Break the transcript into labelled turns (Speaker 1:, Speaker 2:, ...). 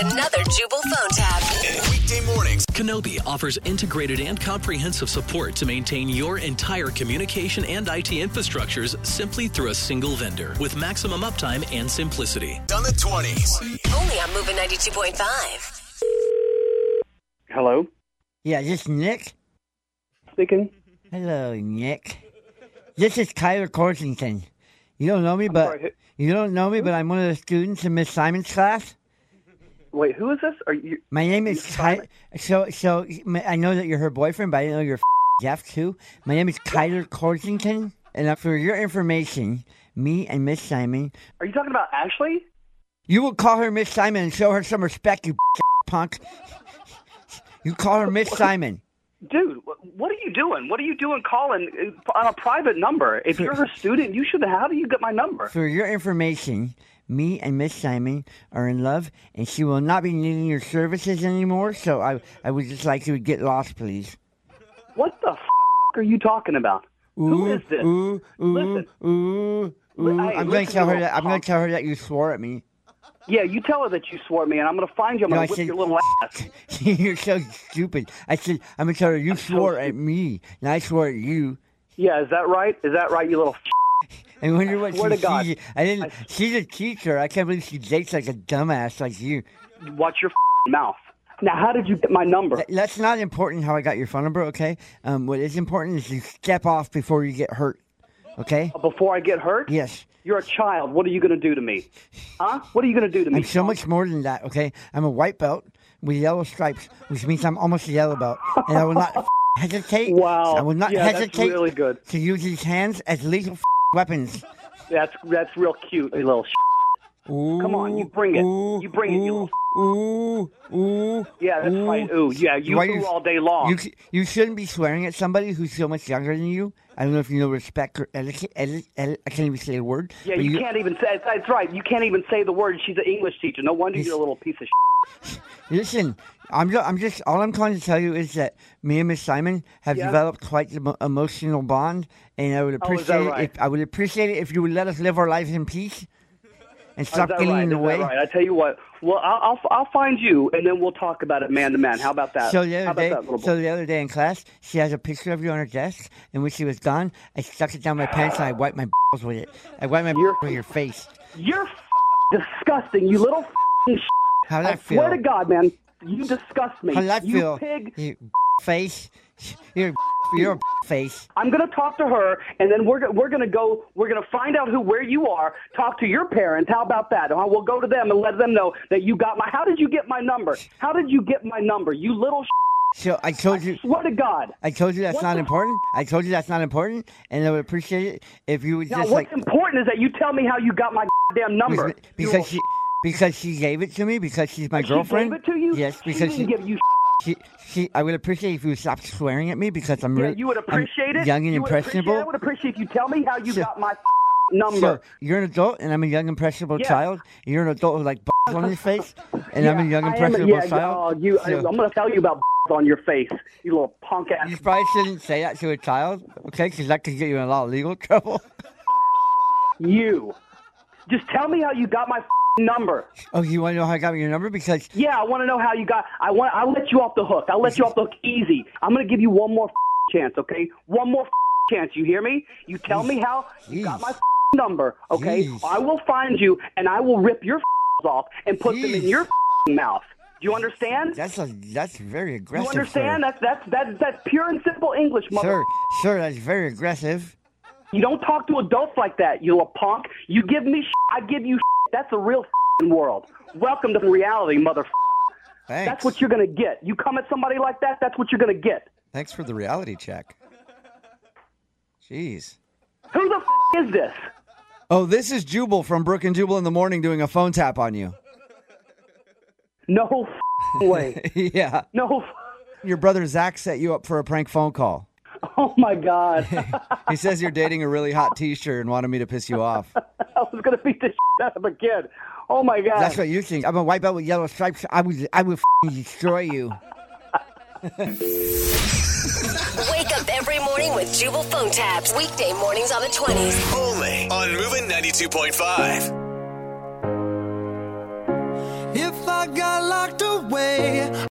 Speaker 1: another Jubal phone tab.
Speaker 2: Weekday mornings.
Speaker 3: Kenobi offers integrated and comprehensive support to maintain your entire communication and IT infrastructures simply through a single vendor with maximum uptime and simplicity.
Speaker 2: Done the 20s.
Speaker 1: Only on Moving 92.5.
Speaker 4: Hello,
Speaker 5: Yeah, this is Nick.
Speaker 4: speaking.
Speaker 5: Hello, Nick. This is Kyler Corsington. You don't know me, but
Speaker 4: sorry,
Speaker 5: you don't know me, but I'm one of the students in Miss Simon's class.
Speaker 4: Wait, who is this? Are you?
Speaker 5: My name is Kyler. So, so my- I know that you're her boyfriend, but I didn't know you're f- Jeff too. My name is Kyler Corsington, and uh, for your information, me and Miss Simon,
Speaker 4: Are you talking about Ashley?
Speaker 5: you will call her Miss Simon and show her some respect, you punk. You call her Miss Simon.
Speaker 4: Dude, wh- what are you doing? What are you doing calling uh, on a private number? If you're her student, you should. How do you get my number?
Speaker 5: For your information, me and Miss Simon are in love, and she will not be needing your services anymore. So I, I would just like you to get lost, please.
Speaker 4: What the f- are you talking about? who
Speaker 5: Ooh,
Speaker 4: is this?
Speaker 5: Ooh, ooh,
Speaker 4: Listen.
Speaker 5: ooh, ooh.
Speaker 4: Hey,
Speaker 5: I'm
Speaker 4: listen,
Speaker 5: gonna
Speaker 4: you
Speaker 5: tell her
Speaker 4: little
Speaker 5: that. I'm gonna
Speaker 4: punk.
Speaker 5: tell her that you swore at me.
Speaker 4: Yeah, you tell her that you swore at me, and I'm gonna find you. I'm
Speaker 5: No,
Speaker 4: gonna
Speaker 5: I
Speaker 4: whip
Speaker 5: said-
Speaker 4: your little ass.
Speaker 5: You're so stupid. I said I'm gonna tell her you swore at me, and I swore at you.
Speaker 4: Yeah, is that right? Is that right? You little. F-
Speaker 5: I wonder what
Speaker 4: swear
Speaker 5: she
Speaker 4: to God.
Speaker 5: sees. I didn't. she's a teacher. I can't believe she dates like a dumbass like you.
Speaker 4: watch your f- mouth. Now, how did you get my number?
Speaker 5: Th- Uh, That's not important how I got your phone number, okay? Um, what is important is you step off before you get hurt, okay?
Speaker 4: Before I get hurt?
Speaker 5: Yes.
Speaker 4: You're a child. What are you gonna do to me? Huh? What are you gonna do to me?
Speaker 5: I'm so much more than that, okay? I'm a white belt with yellow stripes, which means I'm almost a yellow belt. And I will not hesitate.
Speaker 4: Wow.
Speaker 5: I will not
Speaker 4: Yeah, that's
Speaker 5: hesitate
Speaker 4: really good.
Speaker 5: to use these hands as lethal weapons.
Speaker 4: That's that's real cute, you little. Sh- Come on, you bring it.
Speaker 5: Ooh,
Speaker 4: You bring it, you
Speaker 5: ooh, ooh, ooh.
Speaker 4: Yeah, that's right. Ooh, yeah, you
Speaker 5: Why
Speaker 4: ooh all day long.
Speaker 5: You, sh- you shouldn't be swearing at somebody who's so much younger than you. I don't know if you know respect or etiquette. eti- eti- I can't even say the word.
Speaker 4: yeah,
Speaker 5: but
Speaker 4: you, can't even say. That's right. You can't even say the word. She's an English teacher. No wonder you're a little piece of. Shit.
Speaker 5: Listen, I'm just, I'm just all I'm trying to tell you is that me and Miss Simon have
Speaker 4: Yeah.
Speaker 5: developed quite the mo- emotional bond, and I would
Speaker 4: Oh, is
Speaker 5: appreciate
Speaker 4: that
Speaker 5: it
Speaker 4: right?
Speaker 5: if I would appreciate it if you would let us live our lives in peace and
Speaker 4: Oh, Is
Speaker 5: stop
Speaker 4: that
Speaker 5: getting
Speaker 4: right?
Speaker 5: in the
Speaker 4: Is that
Speaker 5: way.
Speaker 4: right? I tell you what. Well, I'll, I'll I'll find you, and then we'll talk about it man to man. How about that?
Speaker 5: So the
Speaker 4: Uh, How
Speaker 5: other
Speaker 4: about
Speaker 5: day,
Speaker 4: that, little boy?
Speaker 5: so the other day in class, she has a picture of you on her desk, and when she was gone, I stuck it down my pants and I wiped my balls with it. I wiped my
Speaker 4: You're-
Speaker 5: balls with your face.
Speaker 4: you're f- disgusting. You little. F- sh-
Speaker 5: How did
Speaker 4: I
Speaker 5: that feel?
Speaker 4: swear to God, man, you disgust me.
Speaker 5: How did that
Speaker 4: you
Speaker 5: feel?
Speaker 4: pig.
Speaker 5: You face. You're you're a face.
Speaker 4: I'm gonna talk to her, and then we're go- we're gonna go. We're gonna find out who where you are. Talk to your parents. How about that? Huh? We'll go to them and let them know that you got my. How did you get my number? How did you get my number? You little. Sh-
Speaker 5: So I told you.
Speaker 4: swear to God.
Speaker 5: I told you that's
Speaker 4: What
Speaker 5: not
Speaker 4: the-
Speaker 5: important. I told you that's not important, and I would appreciate it if you would
Speaker 4: Now,
Speaker 5: just
Speaker 4: what's
Speaker 5: like
Speaker 4: important is that you tell me how you got my damn
Speaker 5: because-
Speaker 4: number. You
Speaker 5: because
Speaker 4: little
Speaker 5: she because she gave it to me because she's my
Speaker 4: sh- She
Speaker 5: girlfriend.
Speaker 4: gave it to you.
Speaker 5: Yes,
Speaker 4: she
Speaker 5: because
Speaker 4: didn't
Speaker 5: she,
Speaker 4: give you. Sh-
Speaker 5: she, she- I would appreciate if you would stop swearing at me because I'm
Speaker 4: Yeah,
Speaker 5: really
Speaker 4: you would
Speaker 5: I'm
Speaker 4: appreciate it.
Speaker 5: um, young and
Speaker 4: You would appreciate it.
Speaker 5: impressionable.
Speaker 4: I would appreciate if you tell me how you
Speaker 5: So-
Speaker 4: got my f-
Speaker 5: So
Speaker 4: number.
Speaker 5: you're an adult, and I'm a young impressionable
Speaker 4: Yeah.
Speaker 5: child. You're an adult with like balls on his face, and I'm a
Speaker 4: Yeah,
Speaker 5: young
Speaker 4: I am-
Speaker 5: impressionable
Speaker 4: yeah,
Speaker 5: child.
Speaker 4: oh, you, I,
Speaker 5: So
Speaker 4: I'm gonna tell you about on your face, you little punk ass
Speaker 5: you probably shouldn't say that to a child, okay? Because that could get you in a lot of legal trouble.
Speaker 4: You. Just tell me how you got my f***ing number.
Speaker 5: oh, you want to know how I got your number? Because
Speaker 4: Yeah, I want to know how you got. I want. I'll let you off the hook. I'll let you off the hook easy. I'm gonna give you one more f***ing chance, okay? One more f***ing chance. You hear me? You tell me how you got my
Speaker 5: Jeez.
Speaker 4: f***ing number, okay?
Speaker 5: Jeez.
Speaker 4: I will find you and I will rip your f***s off and put them in
Speaker 5: Jeez.
Speaker 4: your f***ing mouth. Do you understand?
Speaker 5: That's a that's very
Speaker 4: Do
Speaker 5: aggressive.
Speaker 4: you understand? That's that's that's that's pure and simple English,
Speaker 5: Sir.
Speaker 4: mother.
Speaker 5: Sir, sir, that's very aggressive.
Speaker 4: You don't talk to adults like that, you little punk. You give me sh- I give you sh- That's the real f***ing world. Welcome to reality, mother. f***.
Speaker 6: Thanks.
Speaker 4: That's what you're going to get. You come at somebody like that, that's what you're going to get.
Speaker 6: Thanks for the reality check. Jeez.
Speaker 4: Who the f- is this?
Speaker 6: Oh, this is Jubal from Brook and Jubal in the morning doing a phone tap on you.
Speaker 4: No f- way.
Speaker 6: yeah.
Speaker 4: No f-
Speaker 6: Your brother Zach set you up for a prank phone call.
Speaker 4: Oh my god.
Speaker 6: He says you're dating a really hot teacher and wanted me to piss you off.
Speaker 4: I was going to beat the shit out of a kid. Oh my god.
Speaker 5: That's what you think. I'm a white belt with yellow stripes. I would I would f***ing destroy you.
Speaker 1: Wake up every morning with Jubal phone tabs. Weekday mornings on the 20s.
Speaker 2: Only on Moving 92.5.
Speaker 7: If I got
Speaker 5: away.